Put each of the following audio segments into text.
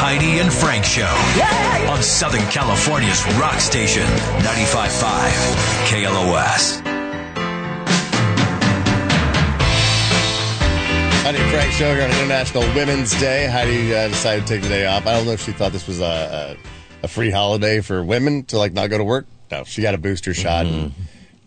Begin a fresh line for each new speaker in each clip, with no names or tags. Whitey and Frank Show
Yeah.
on Southern California's rock station, 95.5 KLOS.
Honey Frank Show here on International Women's Day. Heidi uh, decided to take the day off. I don't know if she thought this was a, a, a free holiday for women to like not go to work. No, she got a booster shot and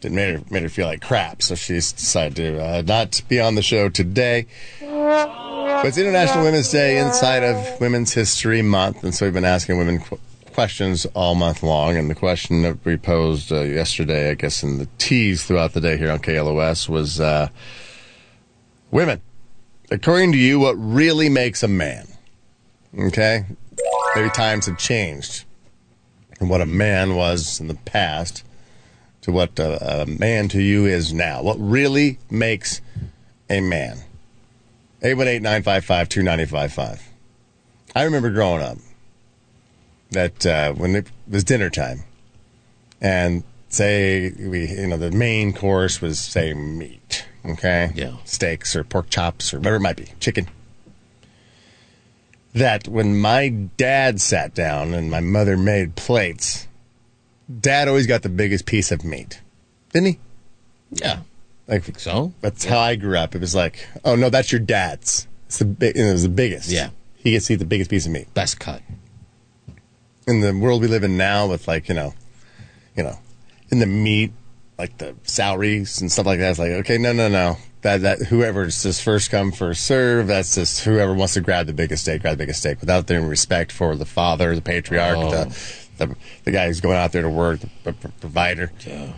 it made her, made her feel like crap. So she s- decided to uh, not be on the show today. But it's International Women's Day inside of Women's History Month. And so we've been asking women qu- questions all month long. And the question that we posed uh, yesterday, I guess, in the tease throughout the day here on KLOS was uh, women. According to you, what really makes a man? Okay? Maybe times have changed. And what a man was in the past to what a, a man to you is now. What really makes a man? 818 955 2955. I remember growing up that uh, when it was dinner time, and say we you know the main course was say meat okay
Yeah.
steaks or pork chops or whatever it might be chicken that when my dad sat down and my mother made plates dad always got the biggest piece of meat didn't he
Yeah.
like
So?
that's how i grew up it was like oh no that's your dad's it's the big it was the biggest
Yeah.
he gets to eat the biggest piece of meat
Best cut.
in the world we live in now with like you know you know in the meat like the salaries and stuff like that it's like okay no no no that that whoever's just first come first serve that's just whoever wants to grab the biggest steak grab the biggest steak without any respect for the father the patriarch
Oh.
the, the the guy who's going out there to work the, p- p- provider
Yeah.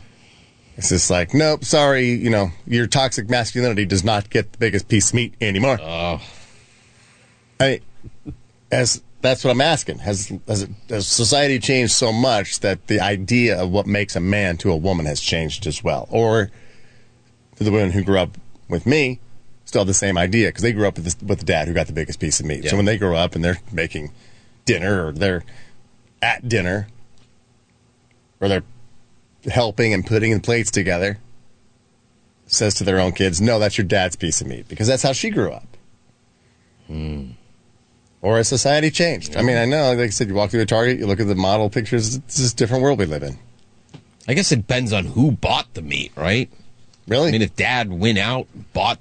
it's just like nope sorry you know your toxic masculinity does not get the biggest piece of meat anymore
Oh.
I as that's what I'm asking. Has has, it, has society changed so much that the idea of what makes a man to a woman has changed as well, or do the women who grew up with me still have the same idea because they grew up with this, with the dad who got the biggest piece of meat.
Yeah.
So when they grow up and they're making dinner or they're at dinner or they're helping and putting the plates together, says to their own kids, "No, that's your dad's piece of meat," because that's how she grew up.
Hmm.
Or has society changed? I mean, I know, like I said, you walk through a Target, you look at the model pictures. It's just a different world we live in.
I guess it depends on who bought the meat, right?
Really?
I mean, if dad went out, bought,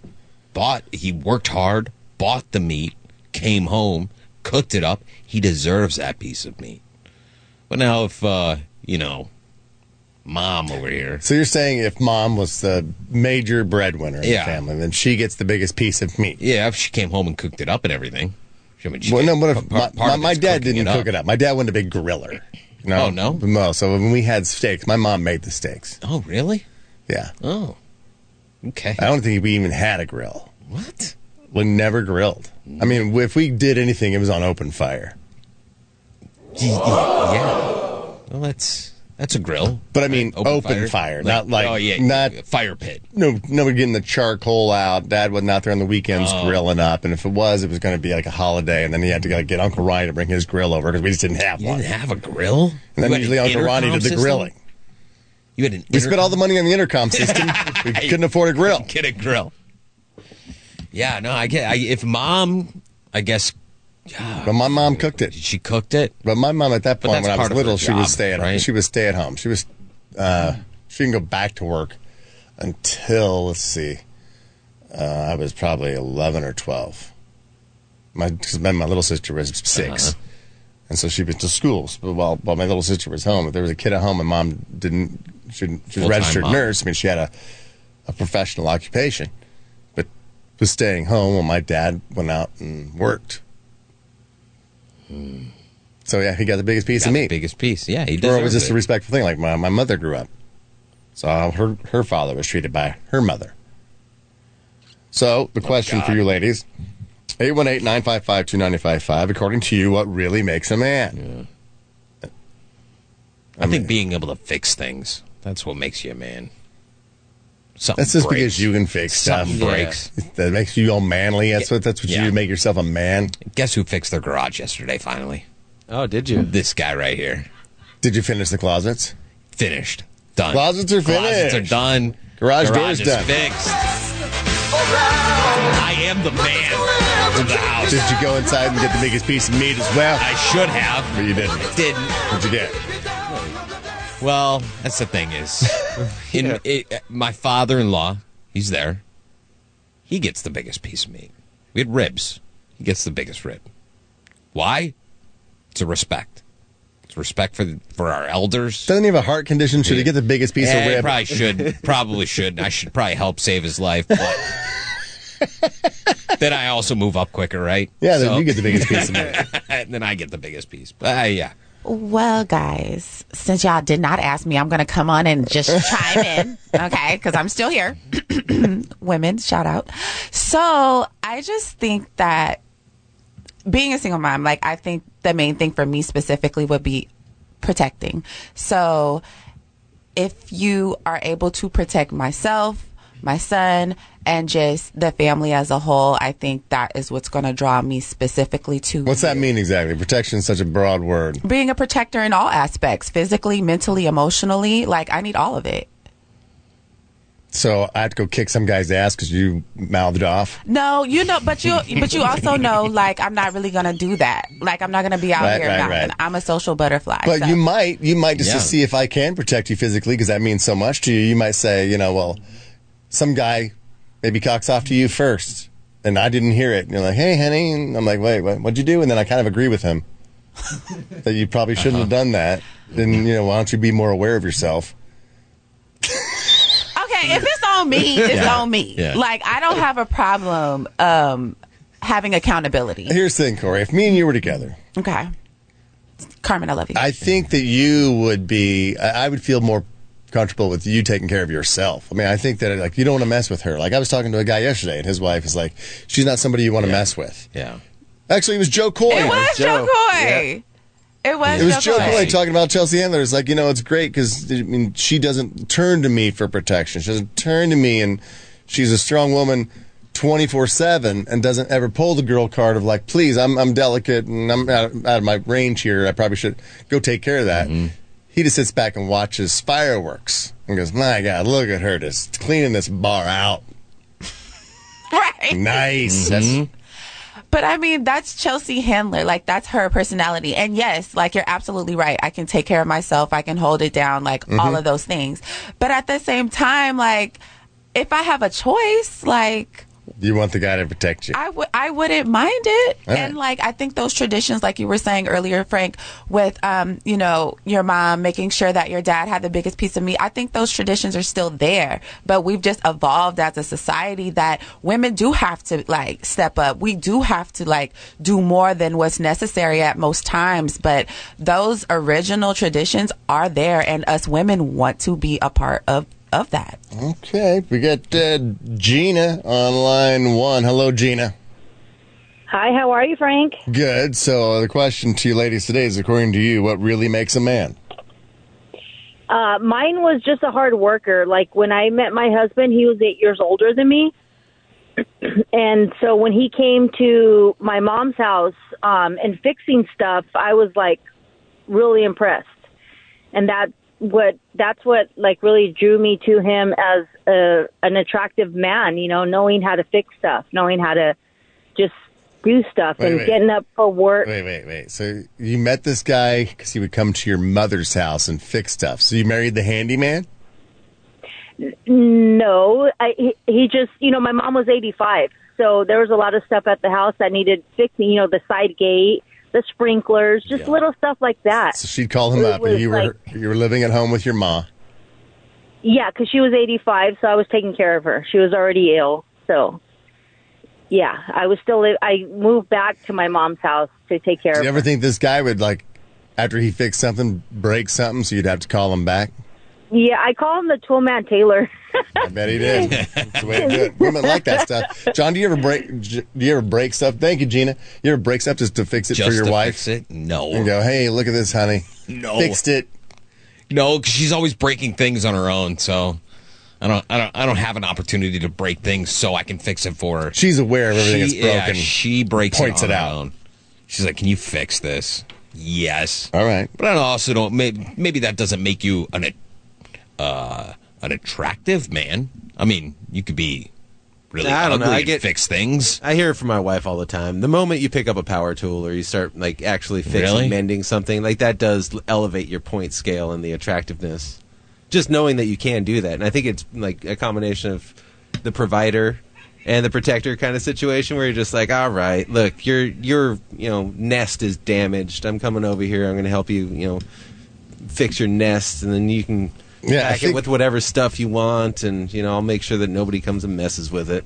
bought, he worked hard, bought the meat, came home, cooked it up, he deserves that piece of meat. But now if, uh, you know, mom over here,
so you're saying if mom was the major breadwinner in
Yeah.
the family, then she gets the biggest piece of meat.
yeah, if she came home and cooked it up and everything. I mean, she
Well,
did.
no, what if
Pa-
my,
part
my,
of
my
it's
dad
cooking
didn't cook it up? My dad wasn't a big griller. You know?
Oh, no?
No. So when we had steaks, my mom made the steaks.
Oh, really?
Yeah.
Oh. Okay.
I don't think we even had a grill.
What?
We never grilled. I mean, if we did anything, it was on open fire.
Yeah. Well, that's that's a grill.
But I mean,
Open,
fire, not like
oh yeah,
not
a fire pit.
no nobody getting the charcoal out. Dad wasn't out there on the weekends
Oh.
grilling up, and if it was, it was going to be like a holiday, and then he had to go get Uncle Ronnie to bring his grill over because we just didn't have
You
one.
didn't have a grill.
and
You
then
had
usually
an
Uncle Ronnie
intercom
did the
system?
grilling.
You had an.
We spent all the money on the intercom system. we couldn't afford a grill.
get a grill. Yeah, no, I get. I, if mom, I guess
But my mom cooked it.
she cooked it.
But my mom at that
But
point,
that's
when I was
part of her
little, she
job,
was stay at home.
right?
She was stay at home. She was uh, she didn't go back to work until let's see, uh, I was probably eleven or twelve. My 'cause then my little sister was 6
Uh-huh.
and so she was to schools. But while while my little sister was home, if there was a kid at home, and mom didn't she, didn't- she was a
Full-time
registered
mom.
nurse. I mean, she had a a professional occupation, but was staying home while my dad went out and worked. So yeah, he got the biggest piece
Got
of
the
meat.
biggest piece. Yeah, he
or
does.
it was just a respectful thing. Like my, my mother grew up, so uh, her her father was treated by her mother. So
Oh,
the question for you, ladies: 818-955-2955, According to you, what really makes a man?
I think being able to fix things. That's what makes you a man. Something
That's just
breaks.
because you can fix stuff.
Something breaks.
That makes you all manly. That's what that's what you
Yeah.
do to make yourself a man.
Guess who fixed their garage yesterday? Finally,
Oh, did you?
this guy right here.
Did you finish the closets?
finished. Done.
Closets are
Closets are
finished.
done.
Garage door's
is
done.
fixed. I am the man. of the house.
Did you go inside and get the biggest piece of meat as well?
I should have,
But you didn't.
but didn't.
What'd you get?
Well, that's the thing is, in, it, my father-in-law, he's there. He gets the biggest piece of meat. We had ribs. He gets the biggest rib. Why? It's a respect. It's respect for for our elders.
Doesn't he have a heart condition? Should he get the biggest piece
Yeah,
of rib?
I Eh, probably should. Probably should. I should probably help save his life. But then I also move up quicker, right?
yeah, then
So-
you get the biggest piece of meat.
and then I get the biggest piece. But uh, yeah,
Well, guys, since y'all did not ask me, I'm going to come on and just chime in, okay? Because I'm still here. Women, shout out. So I just think that being a single mom, like, I think the main thing for me specifically would be protecting. So if you are able to protect myself, my son, and just the family as a whole, I think that is what's going to draw me specifically to
What's
you
that mean exactly? Protection is such a broad word.
being a protector in all aspects physically mentally emotionally like i need all of it
So I have to go kick some guy's ass because you mouthed off.
no you know but you but you also know like i'm not really gonna do that like i'm not gonna be out
Right,
here
right,
not-
right.
i'm a social butterfly
But
so-
you might, you might just to
Yeah.
see if I can protect you physically because that means so much to you. You might say, you know, well, some guy maybe cocks off to you first, and I didn't hear it. And you're like, hey, honey, and I'm like, wait, what, what'd you do? And then I kind of agree with him that you probably shouldn't have done that. Then you know, why don't you be more aware of yourself?
okay if it's on me it's on me
Yeah.
like i don't have a problem um having accountability
Here's the thing, Corey. If me and you were together,
okay carmen i love you
I think that you would be. I I would feel more comfortable with you taking care of yourself. I mean, I think that like you don't want to mess with her. Like I was talking to a guy yesterday, and his wife is like, she's not somebody you want to mess with.
yeah.
Actually, it was Joe Coy.
it was joe
Joe.
coy it was,
It was Joe
Coy.
Coy talking about Chelsea Handler. It's like you know, it's great because I mean, she doesn't turn to me for protection. She doesn't turn to me, and she's a strong woman. 24-7 and doesn't ever pull the girl card of like please i'm, I'm delicate and i'm out of, out of my range here i probably should go take care of that he just sits back and watches fireworks and goes my god look at her just cleaning this bar out
right
nice That's-
But I mean, that's Chelsea Handler. Like, that's her personality. And yes, like, you're absolutely right. I can take care of myself. I can hold it down, like, all of those things. But at the same time, like, if I have a choice, like,
you want the guy to protect you
I w- I wouldn't mind it.
All right.
And like I think those traditions, like you were saying earlier, Frank, with um, you know, your mom making sure that your dad had the biggest piece of meat. I think those traditions are still there, but we've just evolved as a society that women do have to like step up. We do have to like do more than what's necessary at most times. But those original traditions are there, and us women want to be a part of of that.
Okay, we got uh, Gina on line one. Hello, Gina.
Hi, how are you, Frank?
Good. So the question to you ladies today is, according to you, what really makes a man?
Uh, mine was just a hard worker. Like when I met my husband, he was eight years older than me. and so when he came to my mom's house um, and fixing stuff, I was like really impressed. And that what that's what like really drew me to him as a, an attractive man. You know, knowing how to fix stuff, knowing how to just do stuff,
Wait,
and
wait.
getting up for work.
Wait, wait, wait. So you met this guy because he would come to your mother's house and fix stuff. So you married the handyman?
No, I, he, he just, you know, my mom was 85. So there was a lot of stuff at the house that needed fixing, you know, the side gate, the sprinklers, just little stuff like that.
So she'd call him
It
up, and
was
you were you were living at home with your ma.
Yeah, 'cause she was 85, so I was taking care of her. She was already ill. So, yeah, I was still, li- I moved back to my mom's house to take care
Do
of
you
her.
ever think this guy would like, after he fixed something, break something, so you'd have to call him back?
Yeah, I call him the tool man Taylor.
I bet he did. That's the way to do it. Women like that stuff. John, do you ever break? Do you ever break stuff? Thank you, Gina. You ever break stuff just to fix it
Just
for your
to
wife?
fix it? No,
And go, hey, look at this, honey.
No.
fixed it.
No, 'cause she's always breaking things on her own. So I don't, I don't, I don't have an opportunity to break things so I can fix it for her.
She's aware of everything
She- yeah,
that's broken.
she breaks
points
it, on
it
her
out.
own. She's like, "Can you fix this?" Yes,
All right.
but I also don't. Maybe, maybe that doesn't make you an, uh, an attractive man. I mean, you could be really
I don't know,
ugly
I
and
get-
fix things.
I hear it from my wife all the time. The moment you pick up a power tool or you start like actually fixing
Really?
mending something, like that does elevate your point scale and the attractiveness. Just knowing that you can do that. And I think it's like a combination of the provider and the protector kind of situation where you're just like, "All right, look, your your, you know, nest is damaged. I'm coming over here. I'm going to help you, you know, fix your nest and then you can
Yeah, I
pack it
think-
with whatever stuff you want and, you know, I'll make sure that nobody comes and messes with it."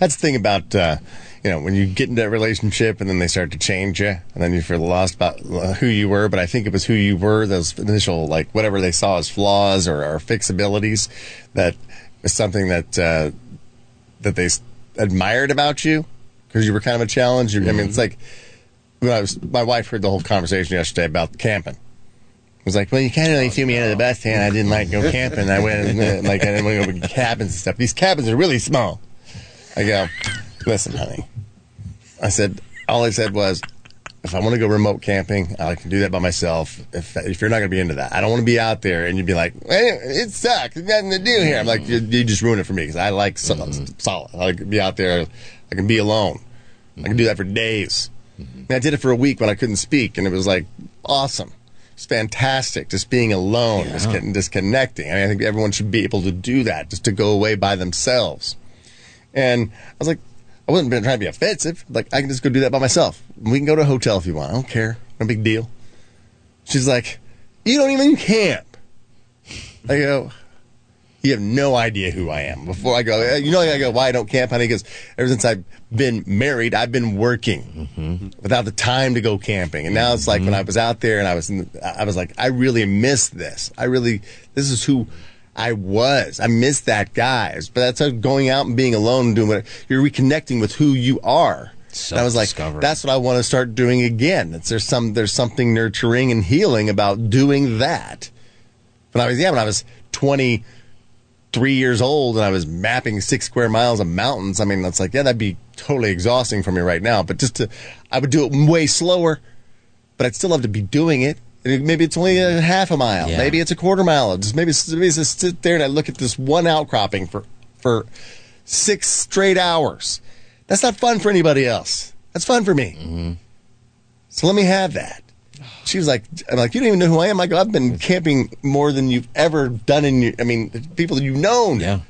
That's the thing about uh, you know when you get into that relationship and then they start to change you, and then you feel lost about uh, who you were. But I think it was who you were those initial like whatever they saw as flaws or, or fixabilities that is something that uh, that they s- admired about you because you were kind of a challenge. You, I mean, it's like when I was, my wife heard the whole conversation yesterday about camping. It was like, well, you kind of really threw me under the bus, and I didn't like go camping. I went and, uh, like I didn't want to go to cabins and stuff. These cabins are really small. I go, listen, honey. I said, all I said was, if I want to go remote camping, I can do that by myself. If, if you're not going to be into that, I don't want to be out there and you'd be like, "Well, it sucks. There's nothing to do here. I'm like, you, you just ruined it for me because I like sol- solid. I like to be out there. I can be alone. I can do that for days. And I did it for a week when I couldn't speak, and it was like awesome. It's fantastic. Just being alone, just getting disconnecting. I mean, I think everyone should be able to do that, just to go away by themselves. And I was like, I wasn't been trying to be offensive. Like, I can just go do that by myself. We can go to a hotel if you want. I don't care. No big deal. She's like, You don't even camp. I go, You have no idea who I am. Before I go, uh, you know, I go, Why I don't camp? I think it's ever since I've been married, I've been working without the time to go camping. And now it's like when I was out there and I was, in the, I was like, I really miss this. I really, this is who I was. I miss that guy. But that's how going out and being alone and doing what you're reconnecting with who you are. And I was like,
Self-discovery.
that's what I want to start doing again. It's, there's some, there's something nurturing and healing about doing that. When I was, yeah, when I was 20, three years old and I was mapping six square miles of mountains, I mean, that's like, yeah, that'd be totally exhausting for me right now. But just to, I would do it way slower, but I'd still have to be doing it. And Maybe it's only a half a mile.
Yeah.
Maybe it's a quarter mile. Just maybe, it's- maybe it's just sit there and I look at this one outcropping for, for six straight hours. That's not fun for anybody else. That's fun for me.
Mm-hmm.
So let me have that. She was like, I'm like, you don't even know who I am. I go, I've been camping more than you've ever done in your, I mean, people that you've known.
Yeah.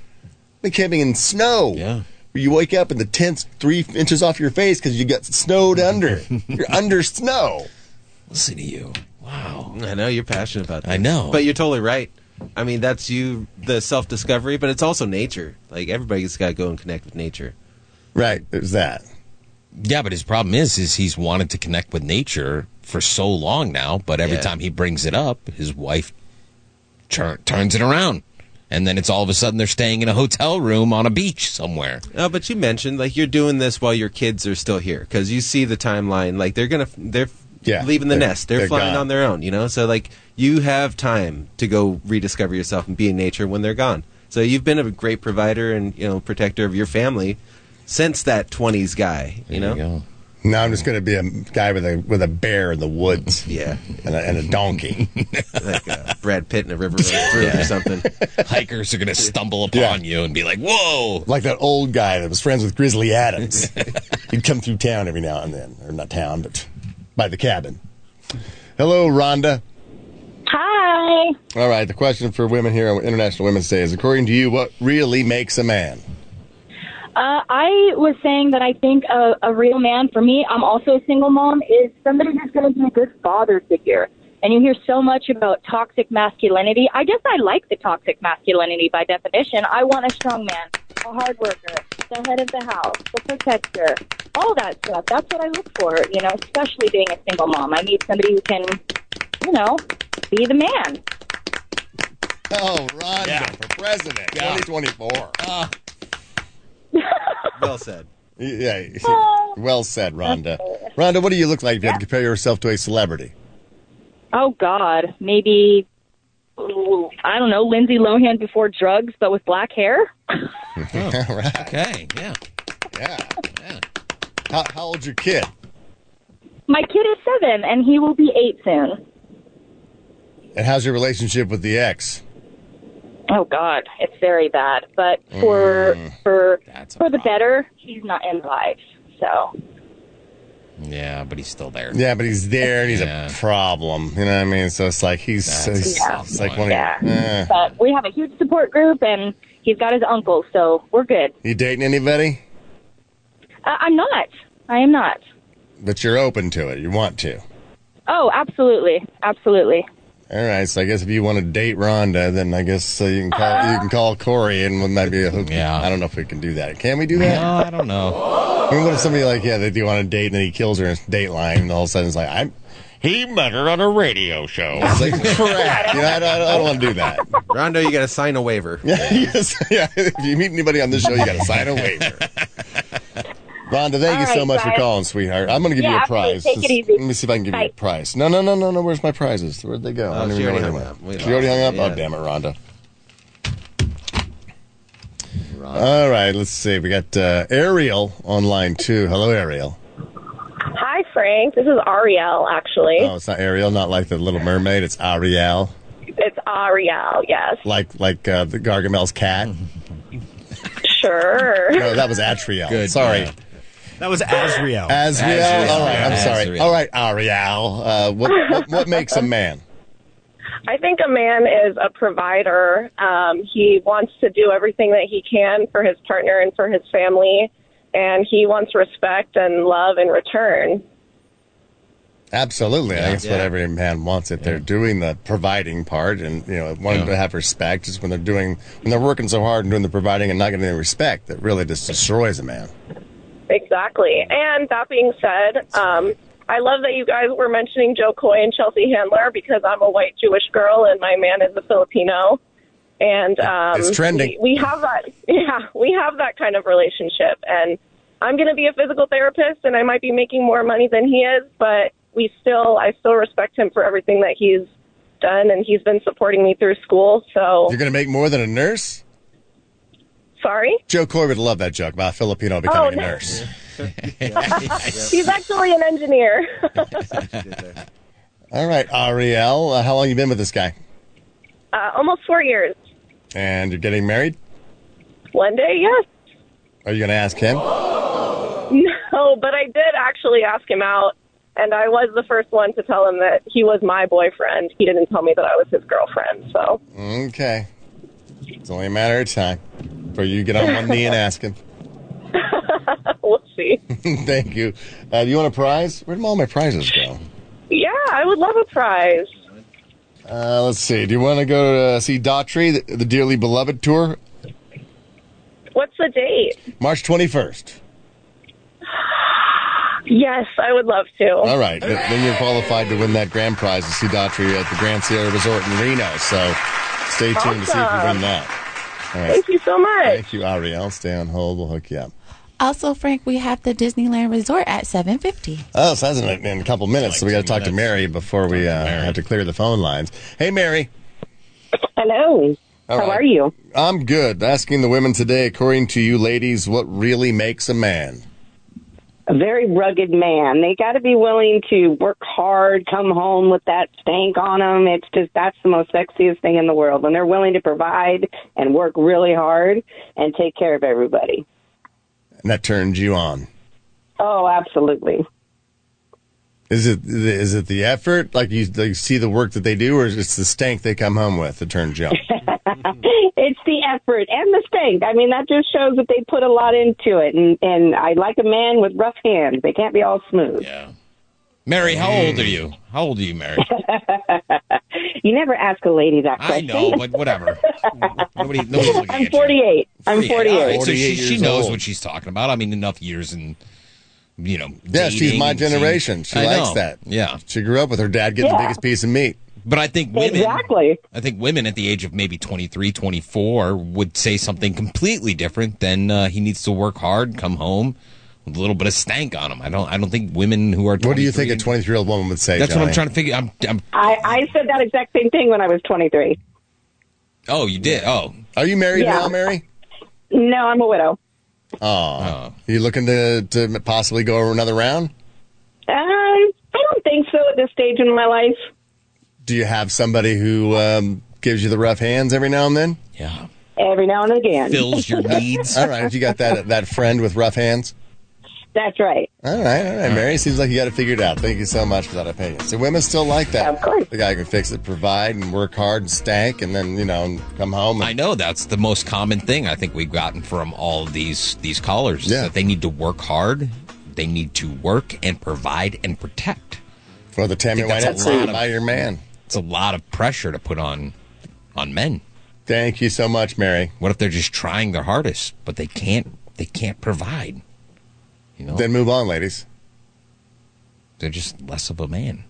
Been camping in snow.
Yeah.
Where you wake up and the tent's three inches off your face because you got snowed under. You're under snow.
Listen to you. Wow.
I know you're passionate about that.
I know.
but you're totally right. I mean, that's you the self discovery, but it's also nature. Like everybody's got to go and connect with nature.
Right. It was that.
Yeah, but his problem is, is he's wanted to connect with nature for so long now. But every
Yeah.
time he brings it up, his wife tur- turns it around, and then it's all of a sudden they're staying in a hotel room on a beach somewhere.
No, but you mentioned like you're doing this while your kids are still here because you see the timeline. Like they're gonna they're
Yeah,
leaving the
they're-
nest. They're,
they're
flying
gone.
on their own. You know, so like you have time to go rediscover yourself and be in nature when they're gone. So you've been a great provider and you know protector of your family since that 20s guy. You know,
There go.
Now I'm just going to be a guy with a with a bear in the woods
yeah,
and, a, and a donkey.
like uh, Brad Pitt in a river runs through or something.
Hikers are going to stumble upon you and be like, "Whoa!"
like that old guy that was friends with Grizzly Adams. He'd come through town every now and then, or not town, but by the cabin. Hello, Rhonda.
Hi.
All right, the question for women here on International Women's Day is: According to you, what really makes a man?
Uh, I was saying that I think a, a real man for me, I'm also a single mom, is somebody who's going to be a good father figure. And you hear so much about toxic masculinity. I guess I like the toxic masculinity by definition. I want a strong man, a hard worker, the head of the house, the protector, all that stuff. That's what I look for, you know, especially being a single mom. I need somebody who can, you know, be the man.
Oh, Rhonda
Yeah.
for president,
Yeah.
2024.
Well said.
Yeah, well said, Rhonda. Rhonda, what do you look like if you had to compare yourself to a celebrity?
Oh God, maybe ooh, I don't know Lindsay Lohan before drugs, but with black hair.
All right,
Okay, yeah,
yeah.
yeah.
How, how old's your kid?
My kid is seven, and he will be eight soon.
And how's your relationship with the ex?
Oh God, it's very bad. But for for
Mm. That's a
for the
problem.
better, he's not in life. So
Yeah, but he's still there.
Yeah, but he's there and he's
Yeah.
a problem. You know what I mean? So it's like he's,
That's
he's-
a tough
it's like
one.
one
yeah.
of your- eh.
But we have a huge support group, and he's got his uncle, so we're good.
You dating anybody?
I- I'm not. I am not.
But you're open to it. You want to.
Oh, absolutely, absolutely.
All right. So I guess if you want to date Rhonda, then I guess uh, you can call you can call Corey and we might be a hook.
Yeah.
I don't know if we can do that. Can we do
No,
that?
I don't know.
I mean, what if somebody like yeah, they do want to date and then he kills her in Dateline, and all of a sudden it's like I'm. He met her on a radio show. It's like crap. You know, I don't, I don't want to do that.
Rondo, you got to sign a waiver.
yes, yeah. If you meet anybody on this show, you got to sign a waiver. Rhonda, thank
All
you so
right,
much for
guys.
calling, sweetheart. I'm going to give
Yeah,
you a
absolutely.
prize.
Take it
Just-
easy.
Let me see if I can give you
Bye.
a prize. No, no, no, no, no. Where's my prizes? Where'd they go? I
Oh,
don't
she
even know where
already
they went.
hung up. We
She already hung up.
lost.
Oh,
Yeah.
damn it, Rhonda. All right, let's see. We got uh, Ariel on line two. Hello, Ariel.
Hi, Frank. This is Ariel, actually.
Oh, it's not Ariel, not like the Little Mermaid. It's Ariel,
It's Ariel, yes.
like like uh, the Gargamel's cat.
Sure.
No, that was Atriel.
Good,
Sorry,
yeah.
That was Asriel.
Asriel.
Asriel.
All right, I'm sorry.
Asriel.
All right, Ariel. Uh, what, what what makes a man?
I think a man is a provider. Um, he wants to do everything that he can for his partner and for his family, and he wants respect and love in return.
Absolutely, I guess what
Yeah.
every man wants. If they're doing the providing part, and you know, wanting to have respect, is when they're doing when they're working so hard and doing the providing and not getting any respect, that really just destroys a man.
Exactly. And that being said, um, I love that you guys were mentioning Joe Coy and Chelsea Handler because I'm a white Jewish girl and my man is a Filipino. And um,
It's trending.
We, we have that. Yeah, we have that kind of relationship. And I'm going to be a physical therapist, and I might be making more money than he is, but we still, I still respect him for everything that he's done, and he's been supporting me through school. So
You're going to make more than a nurse.
sorry,
Joe Coy would love that joke about a Filipino becoming a
no.
nurse.
he's actually an engineer.
All right, Ariel, uh, how long you been with this guy?
uh, almost four years.
And you're getting married?
One day, yes.
Are you going to ask him?
No, but I did actually ask him out, and I was the first one to tell him that he was my boyfriend. He didn't tell me that I was his girlfriend. So,
Okay. It's only a matter of time for you to get on one knee and ask him.
we'll see.
Thank you. Uh, do you want a prize? Where did all my prizes go?
yeah, I would love a prize.
Uh, let's see. Do you want to go to uh, see Daughtry, the, the Dearly Beloved tour,
What's the date?
March 21st?
Yes, I would love to.
All right. Th- Then you're qualified to win that grand prize to see Daughtry at the Grand Sierra Resort in Reno. So stay tuned to see if you win
Awesome.
that. All right.
Thank you so much.
Thank you, Ariel. Stay on hold. We'll hook you up.
Also, Frank, we have the Disneyland Resort at 750.
Oh, so that's in a, in a couple minutes.
Like
so we got to
two
talk to
minutes.
Mary before we uh, have to clear the phone lines. Hey, Mary.
Hello.
All
How
right.
are you?
I'm good. Asking the women today, according to you ladies, what really makes a man?
a very rugged man. They got to be willing to work hard, come home with that stank on them. It's just that's the most sexiest thing in the world when they're willing to provide and work really hard and take care of everybody.
And that turns you on.
Oh, absolutely.
Is it is it the effort? Like you, like you see the work that they do, or is it the stank they come home with that turns you on?
It's the effort and the stank. I mean, that just shows that they put a lot into it. And and I like a man with rough hands. They can't be all smooth.
Yeah. Mary, how old are you? How old are you, Mary?
You never ask a lady that
I
question.
know, but whatever. Nobody, nobody's looking
I'm
at you.
48. I'm
48. All right,
48.
so she,
48
she
years
knows
old.
what she's talking about. I mean, enough years and you know.
yeah, she's
dating
my
and seeing-
generation. She
I
likes
know.
that.
Yeah,
She grew up with her dad getting the
Yeah.
biggest piece of meat.
but I think women.
Exactly.
I think women at the age of maybe 23, 24 would say something completely different than uh, he needs to work hard, come home with a little bit of stank on him. I don't. I don't think women who are.
What do you think a
23
23 year old woman would say?
That's what I'm
Johnny?
trying to figure. I'm, I'm.
I, I said that exact same thing when I was 23.
Oh, you did. Oh,
Are you married
Yeah.
now, Mary?
No, I'm a widow.
Oh, you looking to to possibly go another round?
Um, I don't think so at this stage in my life.
Do you have somebody who um, gives you the rough hands every now and then?
Yeah.
every now and again.
Fills your needs.
All right, if you got that that friend with rough hands.
That's right.
All right, all right, Mary. Seems like you got it figured out. Thank you so much for that opinion. So women still like that.
Of course.
The guy who can fix it, provide, and work hard and stank, and then you know, and come home. And,
I know that's the most common thing I think we've gotten from all these these callers. is
Yeah.
that they need to work hard. They need to work and provide and protect.
well, the Tammy
think that's
Wynette
a lot
song
of-
by your man.
It's a lot of pressure to put on on men.
Thank you so much, Mary.
What if they're just trying their hardest, but they can't they can't provide? You know,
Then move on, ladies.
they're just less of a man.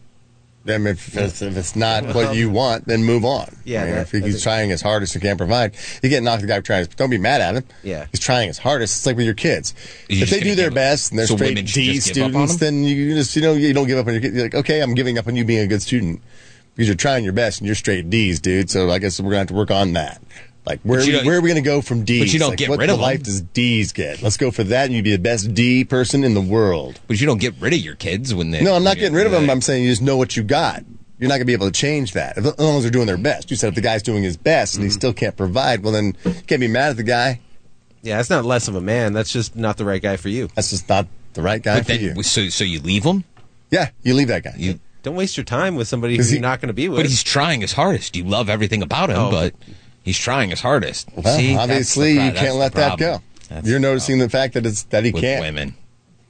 Then if it's, if it's not what you want, then move on.
Yeah,
I mean,
that-
if he
that
keeps
is-
trying his hardest and can't provide, you get knocked the guy trying. Don't be mad at him.
Yeah.
he's trying his hardest. It's like with your kids.
You're
if
just
they
gonna
do their
give up.
best and they're
So
straight
women should
D
just give up on
students,
them?
then you just you know you don't give up on your kids. You're like, okay, I'm giving up on you being a good student because you're trying your best and you're straight D's, dude. So I guess we're gonna have to work on that. Like where
you don't-
where are we gonna go from D's?
don't
like,
get
what
rid
the
of them.
life does D's get? Let's go for that, and you'd be the best D person in the world.
But you don't get rid of your kids when they.
No, I'm
when
not
you're-
getting rid of them.
like,
I'm saying you just know what you got. You're not going to be able to change that as long as they're doing their best. You said if the guy's doing his best and
Mm-hmm.
he still can't provide, well, then you can't be mad at the guy.
Yeah, that's not less of a man. That's just not the right guy for you.
That's just not the right guy
But
for you.
then, so so you leave him.
yeah, you leave that guy.
You,
Don't waste your time with somebody who
Is he-
you're not going to be with.
but he's trying his hardest. You love everything about him,
Oh.
but he's trying his hardest.
well,
See, that's the
obviously,
pro-
you
that's
can't
the
let that
problem.
go.
That's
You're
the
noticing the fact that it's that he
with
can't.
women.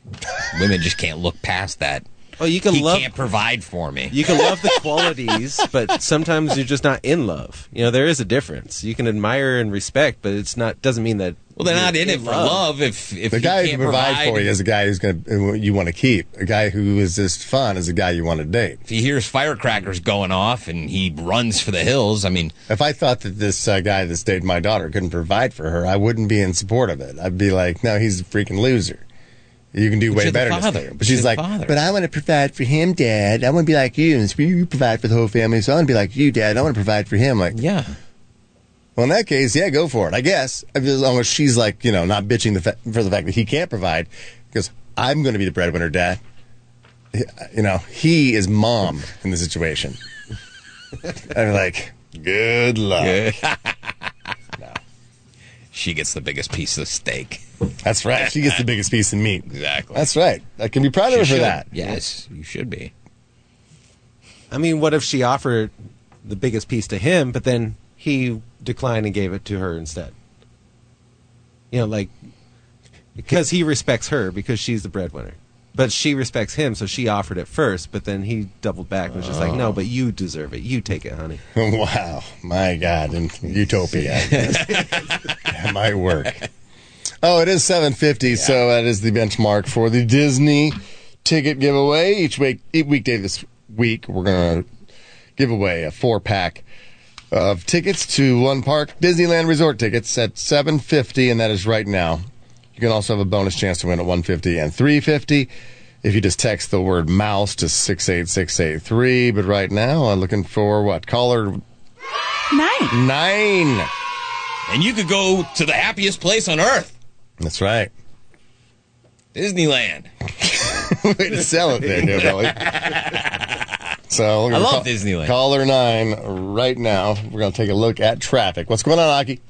women just can't look past that.
oh, you can
he
love
can't provide for me.
you can love the qualities, but sometimes you're just not in love. You know, there is a difference. You can admire and respect, but it's not doesn't mean that.
well, they're
you're
not in it
in
for love. If if
The
he
guy who
can't
can provide, for you
if
is a guy who's going to you want to keep. A guy who is just fun is a guy you want to date.
he hears firecrackers going off and he runs for the hills, I mean,
If I thought that this uh, guy that stayed my daughter couldn't provide for her, I wouldn't be in support of it. I'd be like, no, he's a freaking loser. You can do way
you're the
better. than this."
father.
But
But
she's
you're the
like,
father.
but I want to provide for him, Dad. I want to be like you, and so you provide for the whole family. So I want to be like you, Dad. I want to provide for him. Like,
yeah,
well, in that case, yeah, go for it. I guess as long as she's like, you know, not bitching the fa- for the fact that he can't provide, because I'm going to be the breadwinner, Dad. He- You know, he is mom in the situation. I'm like, good luck.
she gets the biggest piece of steak.
That's right. She gets the biggest piece of meat.
Exactly.
That's right. I can be proud of her
You
for
should.
that.
Yes, you should be.
I mean, what if she offered the biggest piece to him, but then he declined and gave it to her instead? You know, like because he respects her because she's the breadwinner, but she respects him, so she offered it first, but then he doubled back and was just like, "No, but you deserve it. You take it, honey."
Wow. My God. In utopia. that might work. Oh, it is 750, so that is the benchmark for the Disney ticket giveaway. Each week, each weekday this week, we're going to give away a four pack of tickets to one park Disneyland resort tickets at 750, and that is right now. You can also have a bonus chance to win at 150 and 350 if you just text the word mouse to 68683. But right now, I'm looking for what? Caller
Nine.
nine.
And you could go to the happiest place on earth,
That's right.
Disneyland.
Way to sell it there, hillbilly. so we're gonna
I love Disneyland.
Caller nine right now. We're going to take a look at traffic. What's going on, Aki?